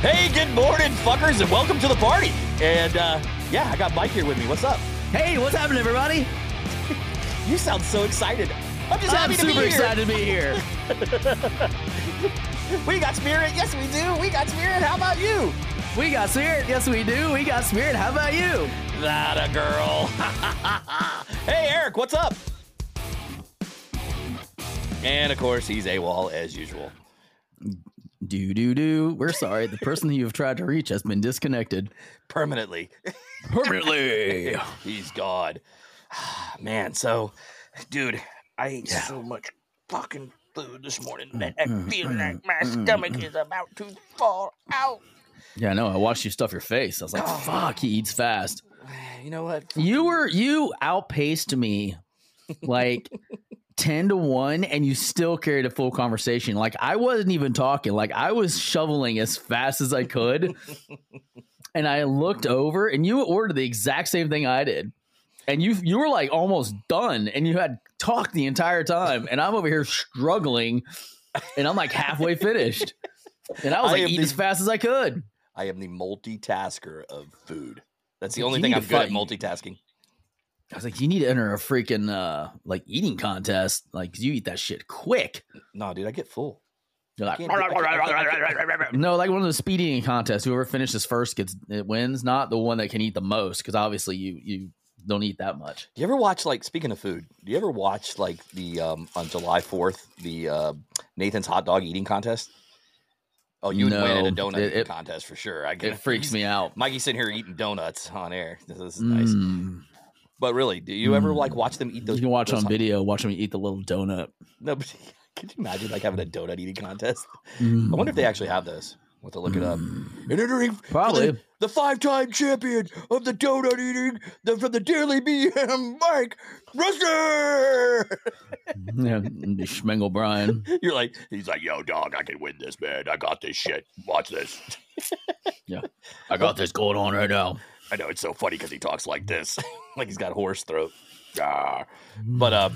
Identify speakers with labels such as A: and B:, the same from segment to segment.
A: Hey, good morning, fuckers, and welcome to the party. And uh, yeah, I got Mike here with me. What's up?
B: Hey, what's happening, everybody?
A: You sound so excited. I'm just
B: I'm
A: happy to
B: super
A: be here.
B: excited to be here.
A: We got spirit. Yes, we do. We got spirit. How about you?
B: we got spirit. Yes, we do. We got spirit. How about you?
A: That a girl. hey, Eric, what's up? And of course, he's AWOL as usual.
B: Do, do, do. We're sorry. The person you have tried to reach has been disconnected
A: Permanently.
B: permanently.
A: He's God. Man, so, dude, I ate so much fucking food this morning that I
B: mm,
A: feel like my stomach is about to fall out.
B: yeah, I know. I watched you stuff your face. I was like, fuck, he eats fast.
A: You know what?
B: You were, you outpaced me like 10 to 1, and you still carried a full conversation. Like, I wasn't even talking. Like, I was shoveling as fast as I could. and I looked over, and you ordered the exact same thing I did. And you, you were like almost done, and you had talked the entire time. And I'm over here struggling, and I'm like halfway finished. And I was
A: I
B: like
A: am
B: eating
A: the-
B: as fast as I could.
A: I am the multitasker of food. That's the only
B: You
A: thing
B: need
A: I'm
B: to
A: good at
B: fight-
A: multitasking.
B: I was like, you need to enter a freaking uh like eating contest. Like 'cause you eat that shit quick.
A: No, dude, I get full.
B: You're like,
A: Can't do- I can't- I can't- I can't-
B: no, like one of those speed eating contests. Whoever finishes first gets it wins, not the one that can eat the most, because obviously you you don't eat that much.
A: Do you ever watch like speaking of food? Do you ever watch like the um on July Fourth the uh, Nathan's hot dog eating contest? Oh, you would win at a
B: No,
A: donut
B: it-
A: eating
B: it-
A: contest for sure. I
B: It freaks me out.
A: Mikey's sitting here eating donuts on air. This is nice.
B: Mm.
A: But really, do you ever like watch them eat those?
B: you can watch
A: those
B: on video, watch them eat the little donut.
A: No, but could you imagine like having a donut eating contest?
B: Mm.
A: I wonder if they actually have those. We'll have to look it up. And entering for the-
B: Probably.
A: the five-time champion of the donut eating the, from the Daily BM, Mike Ruster.
B: yeah, Schmengel Brian.
A: You're like, he's like, yo, dog, I can win this, man. I got this shit. Watch this.
B: I got this going on right now.
A: I know it's so funny because he talks like this, like he's got horse throat. Ah. But uh,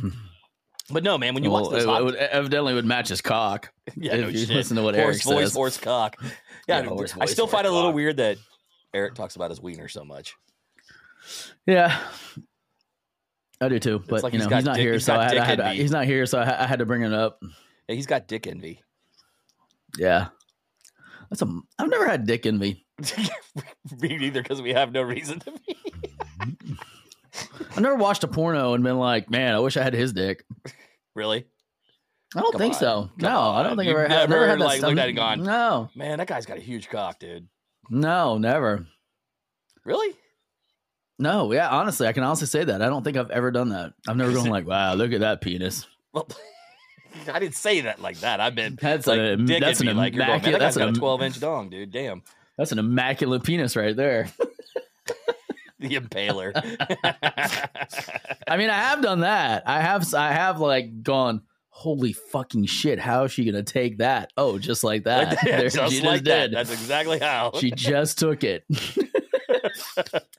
A: but no, man, when you
B: Well,
A: watch this,
B: it,
A: hot-
B: it would, evidently would match his cock.
A: yeah, no
B: if you
A: shit.
B: listen to what
A: horse
B: Eric
A: voice,
B: says.
A: horse cock. Yeah,
B: Yeah, horse
A: I
B: voice,
A: still
B: horse
A: find it a little
B: cock.
A: weird that Eric talks about his wiener so much.
B: Yeah. I do too, but
A: like
B: you
A: he's
B: know
A: got
B: he's not
A: dick-
B: here,
A: he's
B: so
A: got
B: I had,
A: dick
B: I had to-
A: envy.
B: he's not here, so I, ha- I had to bring it up.
A: Yeah, he's got dick envy.
B: Yeah, that's a. I've never had dick envy.
A: Me neither, because we have no reason to be.
B: I've never watched a porno and been like, man, I wish I had his dick.
A: Really,
B: I don't
A: Come
B: think
A: on.
B: so.
A: Come
B: no, I don't
A: on.
B: think
A: You've
B: I've ever had. I've never
A: never,
B: had that
A: like,
B: stuff.
A: looked at it and gone-
B: No,
A: man, that guy's got a huge cock, dude.
B: no, never.
A: Really?
B: No, yeah, honestly, I can honestly say that. I don't think I've ever done that. I've never gone like, wow, look at that penis.
A: Well, I didn't say that like that. I meant
B: That's
A: like
B: an
A: dick
B: uh, that's
A: that's
B: an
A: envy. Like you're going, man, that
B: immaculate
A: guy's
B: that's
A: got a
B: an
A: 12 inch dong, dude. Damn,
B: that's an immaculate penis right there.
A: the impaler.
B: Ah, I mean, I have done that. I have, I have like gone, holy fucking shit! How is she gonna take that? Oh, just like that. There-
A: just
B: she
A: like
B: just
A: that.
B: did.
A: That's exactly how.
B: She just took it,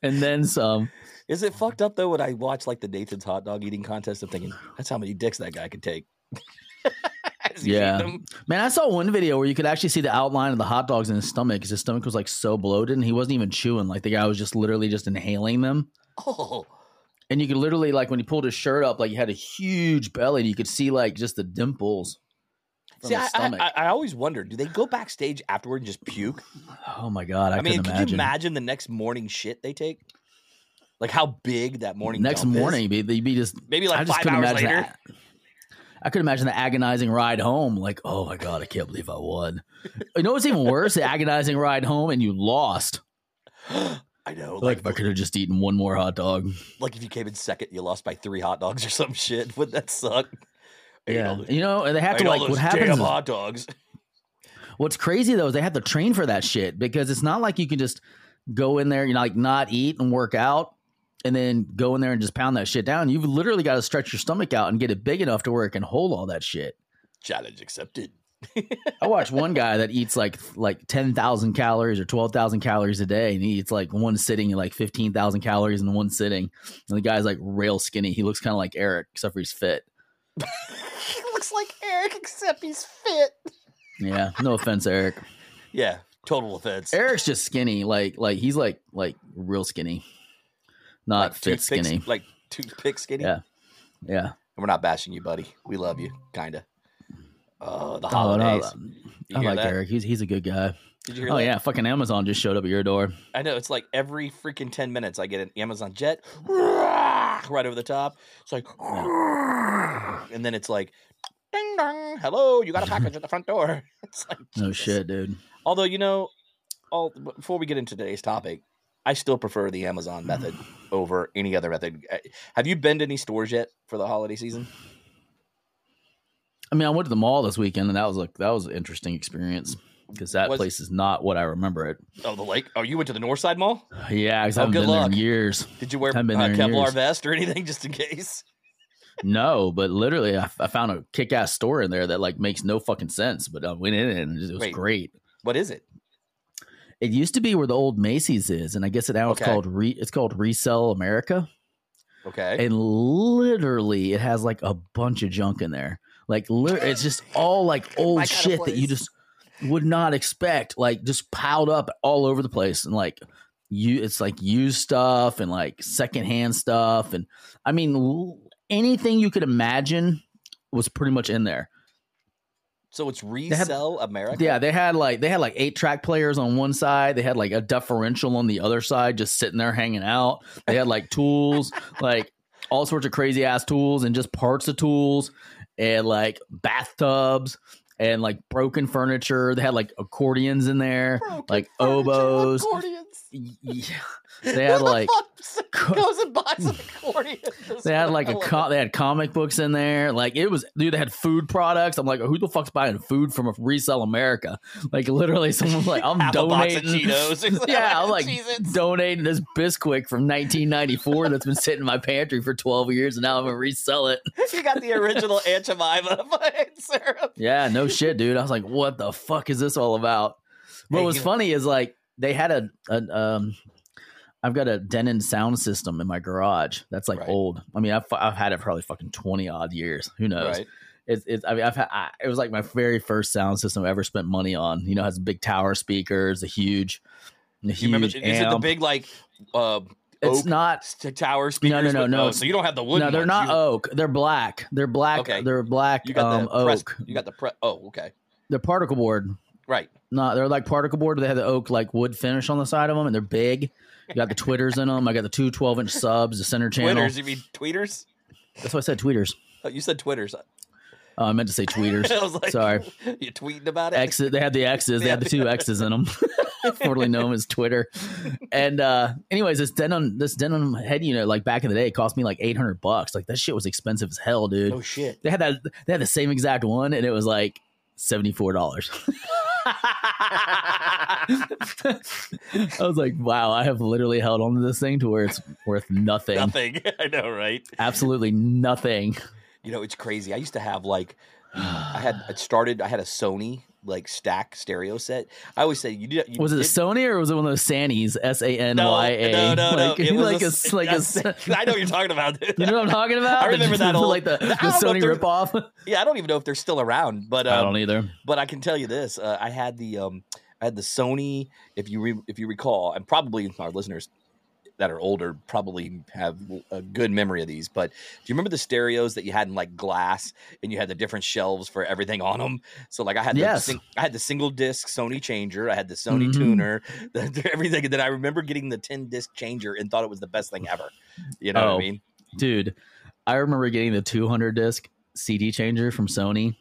B: and then some.
A: Is it fucked up though when I watch like the Nathan's hot dog eating contest? I'm thinking that's how many dicks that guy could take. As he's
B: Yeah.
A: eating them.
B: Man, I saw one video where you could actually see the outline of the hot dogs in his stomach because his stomach was like so bloated and he wasn't even chewing. Like the guy was just literally just inhaling them.
A: Oh,
B: And you could literally like when he pulled his shirt up, like he had a huge belly. and You could see like just the dimples. From
A: see,
B: his
A: I,
B: stomach.
A: I, I always wonder: do they go backstage afterward and just puke?
B: oh my god! I,
A: I, mean,
B: couldn't
A: could
B: imagine.
A: you imagine the next morning shit they take? Like how big that morning.
B: next
A: dump is?
B: morning be, they'd be just
A: maybe like
B: i just
A: five
B: couldn't
A: hours
B: imagine
A: later.
B: that i could imagine the agonizing ride home like oh my god i can't believe i won you know what's even worse the agonizing ride home and you lost
A: I know,
B: like
A: like,
B: if i could have just eaten one more hot dog
A: like if you came in second, you lost by three hot dogs or some shit. Would that suck? Ate all
B: yeah
A: those-
B: you know and they have
A: ate
B: to
A: all
B: like what
A: those
B: happens
A: damn
B: is-
A: hot dogs.
B: what's crazy though is they have to train for that shit because it's not like you can just go in there you know like not eat and work out and then go in there and just pound that shit down you've literally got to stretch your stomach out and get it big enough to where it can hold all that shit
A: Challenge accepted.
B: I watch one guy that eats like like ten thousand calories or twelve thousand calories a day, and he eats like one sitting like fifteen thousand calories in one sitting. And the guy's like rail skinny. He looks kind of like Eric, except for he's fit.
A: he looks like Eric, except he's fit.
B: Yeah, no offense, Eric.
A: Yeah, total offense.
B: Eric's just skinny, like like he's like like real skinny, not
A: Like
B: fit
A: toothpick-
B: skinny.
A: Like toothpick skinny.
B: Yeah. Yeah.
A: And we're not bashing you, buddy. We love you, kinda. Oh, the
B: Oh, no,
A: holidays. You
B: I
A: hear
B: like
A: that?
B: Eric. He's he's a good guy.
A: Did you hear
B: Oh
A: that?
B: yeah, fucking Amazon just showed up at your door.
A: I know it's like every freaking ten minutes I get an Amazon jet right over the top. It's like, and then it's like, ding dong, hello, you got a package at the front door. It's like,
B: No
A: Jesus.
B: shit, dude.
A: Although you know, all before we get into today's topic, I still prefer the Amazon method over any other method. Uh, Have you been to any stores yet for the holiday season?
B: I mean, I went to the mall this weekend, and that was like that was an interesting experience because that
A: Was-
B: place is not what I remember it.
A: Oh, the lake. Oh, you went to the Northside Mall.
B: Yeah, because
A: Oh,
B: I haven't
A: good
B: been
A: luck.
B: there in years.
A: Did you wear uh,
B: Haven't been there in
A: Kevlar
B: years.
A: vest or anything just in case?
B: No, but literally, I, I found a kick-ass store in there that like makes no fucking sense. But I went in and it was
A: Wait.
B: great.
A: What is it?
B: It used to be where the old Macy's is, and I guess it now it's
A: Okay.
B: called re, it's called Resell America.
A: Okay.
B: And literally, it has like a bunch of junk in there. Like lit- it's just all like
A: My
B: old
A: kinda
B: shit that you
A: place.
B: just would not expect. Like just piled up all over the place, and like you, it's like used stuff and like secondhand stuff, and I mean l- anything you could imagine was pretty much in there.
A: So it's
B: have-
A: resell America.
B: Yeah, they had like they had like eight track players on one side. They had like a deferential on the other side, just sitting there hanging out. They had like tools, like all sorts of crazy ass tools and just parts of tools, and like bathtubs and like broken furniture. They had like accordions in there,
A: Broken
B: like
A: furniture,
B: oboes.
A: accordions.
B: Yeah. They had
A: Who the
B: like
A: fuck
B: co-
A: goes and buys an accordion. This
B: they had
A: one,
B: like
A: I
B: a
A: love
B: co- they had comic books in there. Like it was dude, they had food products. I'm like, who the fuck's buying food from a resell America? Like literally someone's like, I'm
A: Half a box
B: donating
A: of Cheetos.
B: yeah, I'm like
A: Cheez-Its.
B: donating this Bisquick from 1994 that's been sitting in my pantry for 12 years, and now I'm gonna resell it.
A: it. you got the original Aunt Jemima by Aunt Sarah.
B: Yeah, no shit, dude. I was like, what the fuck is this all about? What
A: Hey,
B: was
A: you know-
B: funny is like they had a, a um, I've got a Denon sound system in my garage that's like
A: Right.
B: old. I mean, I've, I've had it probably fucking 20 odd years. Who knows?
A: Right.
B: It's, it's I mean, I've had, I, it was like my very first sound system I ever spent money on. You know, it has big tower speakers, a huge, a huge
A: You remember? Is it the
B: amp.
A: big like uh,
B: It's
A: oak
B: not
A: st- tower speakers?
B: no,
A: with-
B: no.
A: oh, so you don't have the wood.
B: no, they're not oak. They're black. They're black.
A: Okay.
B: They're black.
A: You got
B: um,
A: the press,
B: oak.
A: You got the pre- Oh, okay.
B: They're particle board.
A: Right.
B: No, they're like particle board. But they have the oak like wood finish on the side of them, and they're big. You got the tweeters in them. I got the two 12 inch subs, the center channel.
A: Twitters. You mean tweeters?
B: That's why I said tweeters.
A: Oh, you said twitters.
B: Oh, I meant to say tweeters.
A: I was like,
B: Sorry.
A: You tweeting about it?
B: X's. They had the X's. They had the two X's in them, formerly known as Twitter. And uh anyways, this denim, this denim head unit, like back in the day, it cost me like eight hundred bucks. Like that shit was expensive as hell, dude.
A: Oh shit.
B: They had that. They had the same exact one, and it was like seventy four dollars. I was like, wow, I have literally held on to this thing to where it's worth nothing,
A: Nothing. I know, right?
B: absolutely nothing.
A: You know, it's crazy. I used to have like I had it started. I had a Sony like stack stereo set. I always say you did. You
B: Was it a
A: did,
B: Sony or was it one of those Sannies? S A N
A: No,
B: Y A.
A: no, no, no.
B: like,
A: It
B: like a,
A: was
B: s- like a. s-
A: a- I know what you're talking about. dude.
B: You know what I'm talking about?
A: I remember that old-
B: like the, the
A: I don't know if
B: Sony
A: they're-
B: ripoff.
A: yeah, I don't even know if they're still around, but
B: I
A: um,
B: don't either.
A: but I can tell you this: uh, I had the um, I had the Sony. If you re- if you recall, and probably our listeners that are older probably have a good memory of these. But do you remember the stereos that you had in like glass, and you had the different shelves for everything on them? So like I had
B: Yes.
A: the sing- I had the single disc Sony changer, I had the Sony
B: Mhm.
A: tuner, the, everything. And then I remember getting the ten disc changer and thought it was the best thing ever. You know what I
B: Oh.
A: mean?
B: dude i remember getting the 200 disc cd changer from sony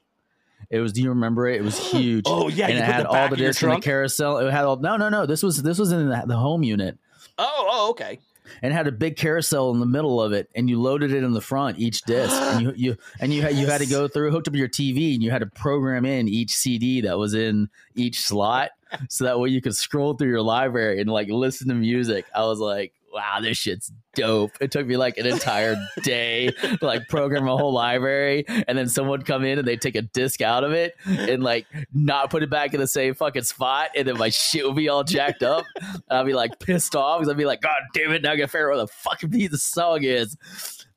B: it was do you remember it it was huge
A: Oh yeah,
B: and
A: you
B: it
A: put
B: had
A: the
B: all
A: back
B: the
A: of your
B: discs in the
A: trunk?
B: carousel it had all no no no this was this was in the, the home unit
A: Oh, oh, okay.
B: and it had a big carousel in the middle of it and you loaded it in the front each disc and you, you and you had you had to go through hooked up your tv and you had to program in each cd that was in each slot so that way you could scroll through your library and like listen to music i was like wow this shit's dope it took me like an entire day to like program a whole library and then someone would come in and they take a disc out of it and like not put it back in the same fucking spot and then my shit would be all jacked up I'd be like pissed off because I'd be like, God damn it, now I gotta figure out where the fucking piece of song is.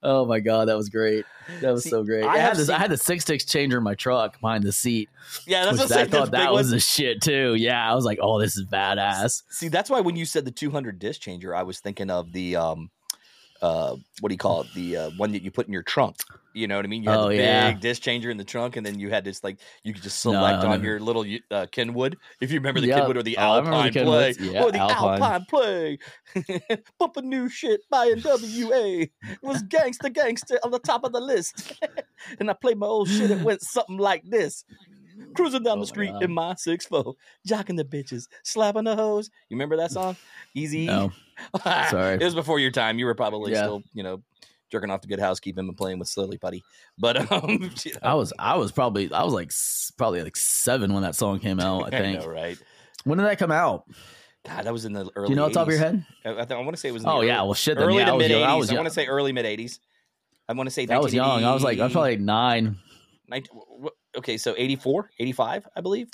B: Oh my god, that was great. That was
A: See,
B: so great.
A: I
B: I,
A: have
B: had this.
A: seen-
B: I had the six sticks changer in my truck behind the seat,
A: Yeah, that's
B: which
A: what I'm
B: I
A: saying.
B: thought
A: Those big
B: that
A: ones-
B: was the shit too. Yeah, I was like, oh, this is badass.
A: See, that's why when you said the 200 disc changer, I was thinking of the um, uh, what do you call it? The uh, one that you put in your trunk. You know what I mean? You had
B: Oh,
A: the
B: yeah.
A: big disc changer in the trunk, and then you had this like you could just
B: No,
A: select
B: no,
A: on
B: no.
A: your little uh, Kenwood, if you remember the
B: Yeah.
A: Kenwood or the
B: Oh, I remember
A: Alpine
B: the
A: Play
B: Kenwoods. Yeah,
A: or the Alpine,
B: Alpine.
A: Play. Bumping new shit, buying WA. It was gangster, gangster on the top of the list, and I played my old shit. It went something like this. Cruising down
B: Oh my
A: the street
B: God.
A: in my six four, jocking the bitches, slapping the hoes. You remember that song? Easy. E?
B: No, sorry.
A: it was before your time. You were probably
B: Yeah.
A: still, you know, jerking off to good housekeeping and playing with Slowly Putty. But um, you know,
B: I was. I was probably. I was like s- probably like seven when that song came out. I think.
A: know, right?
B: When did that come out?
A: God, that was in the early.
B: Do you know off the top of your
A: 80s.
B: head?
A: I, I, want to say it was. In the
B: Oh
A: early,
B: yeah. Well, shit. Then,
A: early
B: yeah, I
A: to
B: was
A: mid
B: young. I
A: eighties.
B: was
A: I,
B: young.
A: want to say early mid eighties. I want to say
B: I was young. I was like, I was probably like nine.
A: 19- okay, so 84, 85, I believe.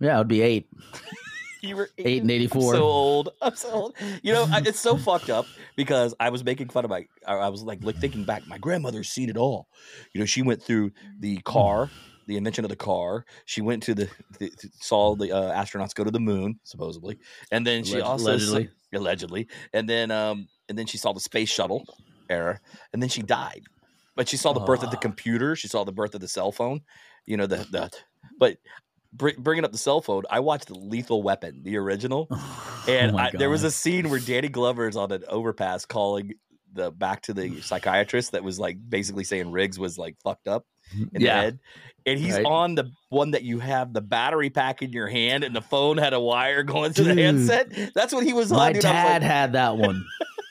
B: Yeah, I would be eight,
A: You were
B: eight and eighty
A: I'm
B: four.
A: so old. I'm so old. You know, I, it's so fucked up because I was making fun of my. I, I was like, like thinking back. My grandmother's seen it all. You know, she went through the car, the invention of the car. She went to the, the saw the uh, astronauts go to the moon, supposedly, and then she also allegedly.
B: allegedly.
A: allegedly, and then um, and then she saw the space shuttle era, and then she died. But she saw the birth of the
B: Ah.
A: computer. She saw the birth of the cell phone. You know the the. But br- bringing up the cell phone, I watched Lethal Weapon, the original, and
B: Oh my
A: I, there was
B: God.
A: a scene where Danny Glover is on an overpass calling the back to the psychiatrist that was like basically saying Riggs was like fucked up in the head, and he's
B: Right.
A: on the one that you have the battery pack in your hand, and the phone had a wire going to
B: Dude.
A: the handset. That's what he was
B: My
A: on. Dude. I was
B: dad
A: like,
B: had that one,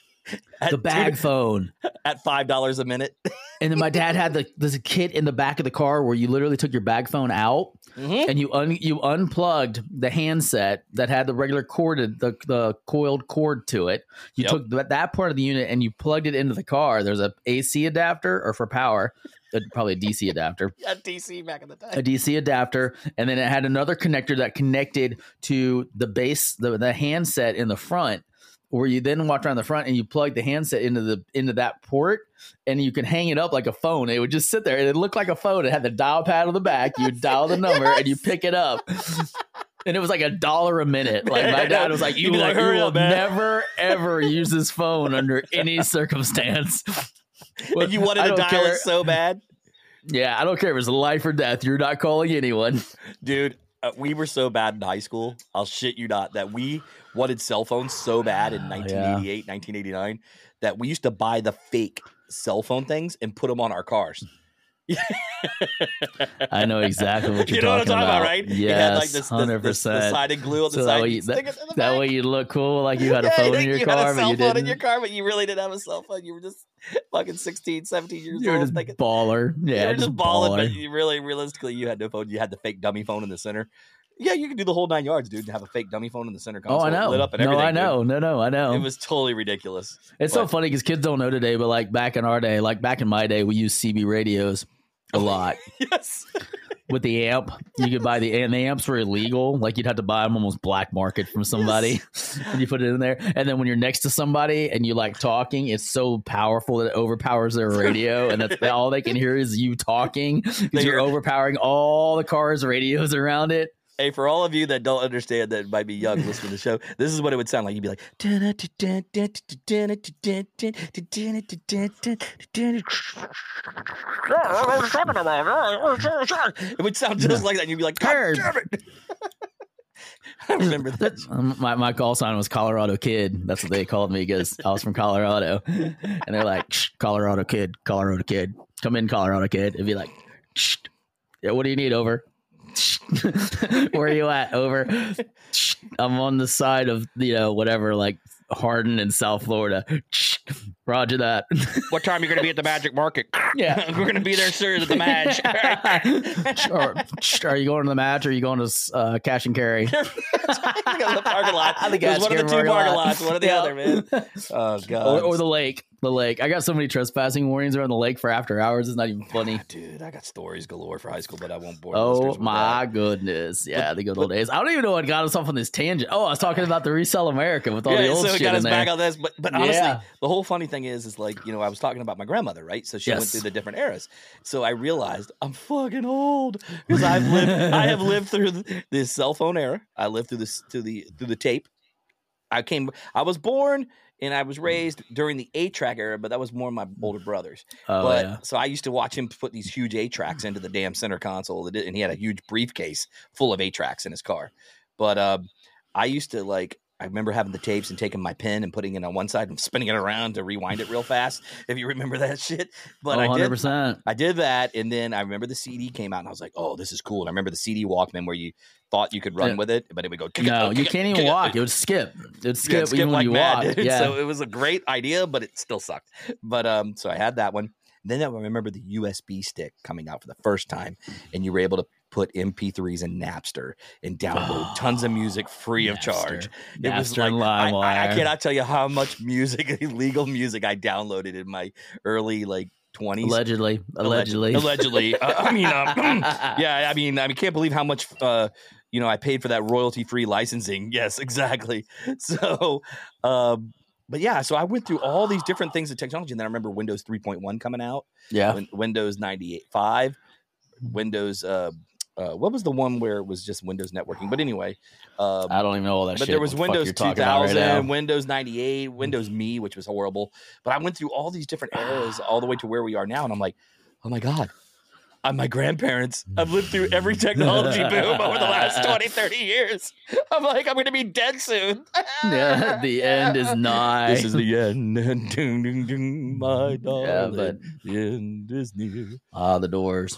A: at,
B: the bag
A: dude,
B: phone,
A: at five dollars a minute.
B: and then my dad had the there's a kit in the back of the car where you literally took your bag phone out
A: Mm-hmm.
B: and you un you unplugged the handset that had the regular corded the the coiled cord to it. You
A: Yep.
B: took that, that part of the unit and you plugged it into the car. There's a AC adapter or for power, uh, probably a DC adapter.
A: At DC back in the time.
B: a DC adapter, and then it had another connector that connected to the base, the, the handset in the front, where you then walked around the front and you plugged the handset into the into that port, and you could hang it up like a phone. It would just sit there, and it looked like a phone. It had the dial pad on the back. You would dial the number, and you pick it up. And it was like a dollar a minute. Like my dad was like, "You,
A: You'd be
B: will-
A: like,
B: you
A: "Hurry
B: will
A: up, man."
B: never ever use this phone under any circumstance."
A: And you wanted
B: I
A: to
B: don't
A: dial
B: care.
A: it so bad.
B: Yeah, I don't care if it's life or death. You're not calling anyone.
A: Dude, uh, we were so bad in high school. I'll shit you not that we wanted cell phones so bad in
B: Ah, Yeah.
A: 1988, 1989 that we used to buy the fake cell phone things and put them on our cars.
B: I know exactly what you're
A: you know what I'm
B: talking
A: talking about,
B: about,
A: right?
B: Yes,
A: you had like this, this,
B: hundred
A: this, the
B: percent.
A: sided glue on the
B: So that
A: side.
B: way
A: you
B: you-
A: stick it to the
B: That
A: back.
B: way you look cool, like you had a
A: Yeah,
B: phone in
A: you
B: your
A: had
B: car,
A: a
B: but
A: cell
B: you
A: phone in
B: didn't.
A: your car, but you really didn't have a cell phone. You were just fucking 16, 17 years
B: you were
A: old.
B: just
A: thinking-
B: baller. Yeah,
A: you were just balling,
B: baller.
A: but you really, realistically, you had no phone. You had the fake dummy phone in the center. Yeah, you could do the whole nine yards, dude, and have a fake dummy phone in the center console.
B: Oh, I know.
A: Lit up and
B: no,
A: everything.
B: I
A: dude.
B: know. No, no, I know.
A: It was totally ridiculous.
B: it's so
A: what?
B: funny because kids don't know today, but like back in our day, like back in my day, we used CB radios a lot
A: Yes.
B: with the amp. You could buy the and the amps were illegal. Like you'd have to buy them almost black market from somebody, and you put it in there. And then when you're next to somebody and you like talking, it's so powerful that it overpowers their radio, and that's all they can hear is you talking
A: They
B: because
A: hear-
B: you're overpowering all the cars' radios around it.
A: Hey, for all of you that don't understand that might be young listening to the show, this is what it would sound like. You'd be like, it would sound just like that. And you'd be like, God
B: Heard.
A: damn it. I remember that.
B: Um, My, my call sign was Colorado Kid. That's what they called me because I was from Colorado. And they're like, Shh, Colorado Kid, Colorado Kid. Come in, Colorado Kid. It'd be like, Shh. Yeah, what do you need? Over. Shh. Where are you at? Over. Shh. I'm on the side of, you know, whatever, like Hardin in South Florida. Shh. Roger that.
A: What time are you going to be at the Magic Market?
B: Yeah.
A: We're going to be there soon at the Magic.
B: or, "Shh, are you going to the match or are you going to uh, cash and carry?
A: the parking lot.
B: The
A: It was
B: gas
A: one of the
B: station
A: two
B: parking
A: parking
B: lot.
A: lots, one or the
B: Yeah.
A: other, man. Oh, God.
B: or, or the lake. the lake. I got so many trespassing warnings around the lake for after hours. It's not even funny.
A: dude, I got stories galore for high school, but I won't bore. the listeners
B: Oh
A: with that.
B: my goodness! Yeah, the good old days. I don't even know what got us off on this tangent. Oh, I was talking about the resell America with all
A: yeah,
B: the old
A: so it
B: shit
A: got
B: in
A: us
B: there.
A: back on this. But but honestly,
B: Yeah.
A: the whole funny thing is, is like you know, I was talking about my grandmother, right? So she went
B: Yes.
A: through the different eras. So I realized I'm fucking old because I've lived, I have lived through the, the cell phone era. I lived through this through the through the tape. I came, I was born and I was raised during the eight track era, but that was more my older brothers.
B: oh
A: but
B: yeah.
A: so I used to watch him put these huge eight tracks into the damn center console, that did- and he had a huge briefcase full of eight tracks in his car. But um, I used to like. I remember having the tapes and taking my pen and putting it on one side and spinning it around to rewind it real fast. If you remember that shit, but I did.
B: Oh, percent.
A: I did that, and then I remember the CD came out, and I was like, "Oh, this is cool." And I remember the CD Walkman where you thought you could run
B: Yeah.
A: with it, but it would go.
B: No, you can't even walk. It would skip. It would skip,
A: Yeah, skip
B: even
A: like
B: when you
A: mad,
B: walk.
A: dude.
B: Yeah.
A: So it was a great idea, but it still sucked. But um, so I had that one. Then I remember the USB stick coming out for the first time, and you were able to put MP3s in Napster and download tons of music free of charge. It
B: Napster
A: was
B: and
A: like I, I, I
B: LimeWire.
A: cannot tell you how much music, illegal music, I downloaded in my early like twenties.
B: Allegedly, allegedly,
A: allegedly. Uh, I mean, um, yeah, I mean, I mean, can't believe how much uh, you know I paid for that royalty free licensing. Yes, exactly. So, um, but yeah, so I went through all these different things of technology, and then I remember Windows 3.1 coming out,
B: yeah.
A: Win- Windows 98.5, Windows. Uh, uh, what was the one where it was just Windows networking? But anyway, um,
B: I don't even know all that
A: but
B: shit.
A: there was
B: What
A: Windows
B: the fuck you're talking about
A: 2000,
B: Right now.
A: Windows 98, Windows Me, which was horrible. But I went through all these different eras all the way to where we are now, and I'm like, oh my god, I'm my grandparents. I've lived through every technology boom over the last 20, 30 years. I'm like, I'm going to be dead soon.
B: yeah, the end is nigh.
A: This is the end. Dun, dun, dun, my darling.
B: Yeah, but-
A: the end is near.
B: ah, the doors.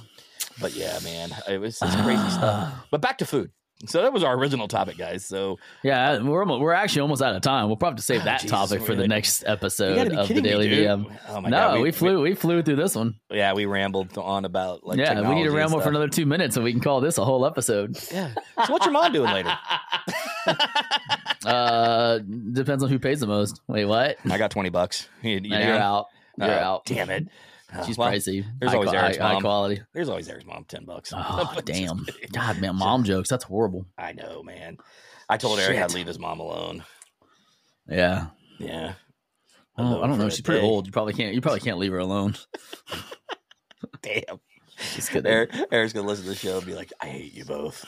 A: But yeah, man, it was it's crazy stuff.
B: Ah.
A: But back to food. So that was our original topic, guys. So
B: Yeah, we're almost, we're actually almost out of time. We'll probably have to save
A: Oh,
B: that
A: Jesus,
B: topic for the
A: we're-
B: next
A: you got to
B: episode
A: be
B: Uh, of the
A: kidding
B: Daily
A: me, dude.
B: DM.
A: Oh my
B: no,
A: god,
B: we, flew we flew through this one.
A: Yeah, we rambled on about like
B: yeah, we
A: technology
B: need to
A: and
B: ramble for
A: stuff.
B: another two minutes, and we can call this a whole episode.
A: Yeah. So what's your mom doing later?
B: Uh, depends on who pays the most. Wait, what?
A: I got twenty bucks. You, you
B: now
A: down?
B: you're out. You're
A: Oh,
B: out.
A: Damn it. Uh,
B: She's
A: well,
B: pricey.
A: there's
B: high,
A: always
B: qua-
A: Eric's
B: high, high
A: mom.
B: quality.
A: There's always Eric's mom ten bucks.
B: Oh
A: Just
B: damn!
A: kidding.
B: God, man, mom jokes. That's horrible.
A: I know, man. I told Eric I'd
B: Shit.
A: leave his mom alone.
B: Yeah.
A: Yeah.
B: Oh,
A: Alone
B: I don't
A: for
B: know.
A: a
B: She's pretty
A: day.
B: old. You probably can't. You probably can't leave her alone.
A: Damn.
B: Just kidding.
A: Eric, Eric's gonna listen to the show and be like, I hate you both.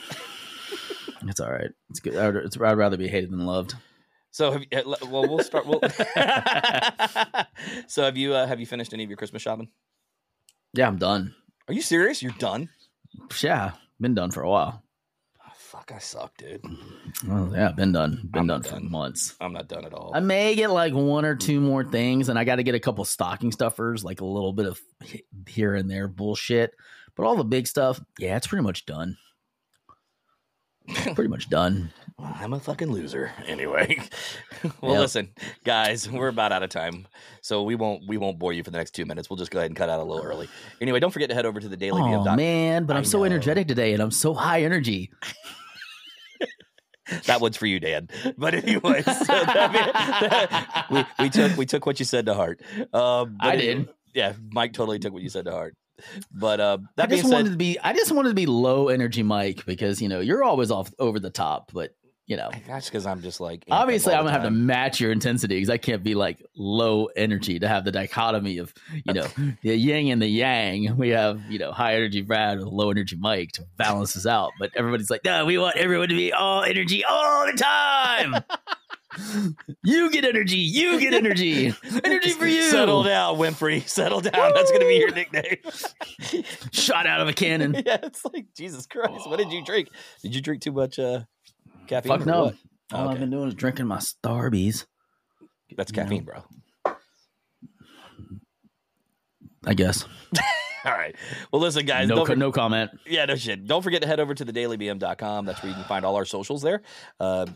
B: It's all right. It's good. I'd, it's, I'd rather be hated than loved.
A: So have you, uh, well we'll start we'll So have you uh, have you finished any of your Christmas shopping?
B: Yeah, I'm done.
A: Are you serious? You're done?
B: Yeah, been done for a while.
A: Oh, fuck, I suck, dude.
B: Oh, yeah, been done. Been
A: I'm
B: done, for
A: done.
B: months.
A: I'm not done at all.
B: I may get like one or two more things, and I got to get a couple stocking stuffers, like a little bit of he- here and there bullshit. But all the big stuff, yeah, it's pretty much done. pretty much done.
A: Well, I'm a fucking loser anyway. well,
B: Yep.
A: listen, guys, we're about out of time, so we won't we won't bore you for the next two minutes. We'll just go ahead and cut out a little early. Anyway, don't forget to head over to the Daily
B: Oh
A: DM.
B: man, but
A: I
B: I'm so
A: know.
B: energetic today, and I'm so high energy.
A: That one's for you, Dan. But anyway, so that- we, we took we took what you said to heart. Um, but
B: I
A: anyway-
B: did.
A: Yeah, Mike totally took what you said to heart. But uh, that
B: I
A: being
B: just
A: said,
B: wanted to be. I just wanted to be low energy, Mike, because you know you're always off over the top, but you know.
A: that's because I'm just like amped up
B: Obviously,
A: all
B: I'm
A: the
B: gonna have to
A: time.
B: match your intensity because I can't be like low energy to have the dichotomy of you know the yin and the yang. We have you know high energy Brad with low energy Mike to balance this out, but everybody's like, no, we want everyone to be all energy all the time. you get energy, you get energy, energy for you.
A: Settle down, Winfrey. Settle down. That's gonna be your nickname.
B: Shot out of a cannon.
A: yeah, it's like Jesus Christ. What did you drink? Did you drink too much uh, caffeine?
B: Fuck
A: or
B: no.
A: what?
B: All
A: Okay.
B: I've been doing is drinking my Starbies.
A: That's
B: No.
A: caffeine, bro.
B: I guess.
A: All right. Well, listen, guys.
B: no,
A: don't
B: co-
A: for-
B: no comment.
A: yeah, no shit. Don't forget to head over to thedailybm.com. That's where you can find all our socials there. Uh,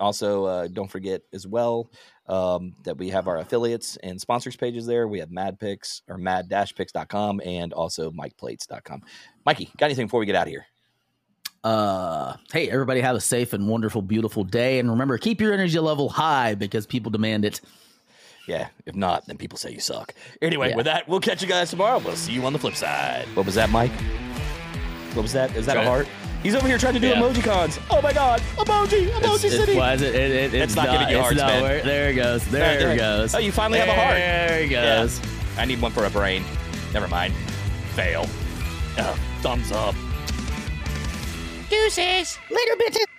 A: also, uh, don't forget as well um, that we have our affiliates and sponsors pages there. We have Mad Picks or mad-picks.com and also mikeplates.com. Mikey, got anything before we get out of here?
B: Uh, hey, everybody, have a safe and wonderful, beautiful day. And remember, keep your energy level high because people demand it.
A: Yeah. If not, then people say you suck. Anyway, with that, we'll catch you guys tomorrow. We'll see you on the flip side. What was that, Mike? What was that? Is that
B: Go
A: a
B: ahead.
A: heart? He's over here trying to do
B: Yeah.
A: emoji cons. Oh my god, emoji, emoji
B: It's,
A: city.
B: it's, why is it, it, it- it's,
A: It's not
B: not,
A: giving you
B: it's
A: hearts,
B: not
A: man.
B: where- there it goes. There,
A: there
B: it
A: it-
B: goes.
A: Oh, you finally have a heart.
B: There it
A: Yeah.
B: goes.
A: I need one for a brain. Never mind. Fail. Ugh, thumbs up.
C: Deuces. Later, bitches.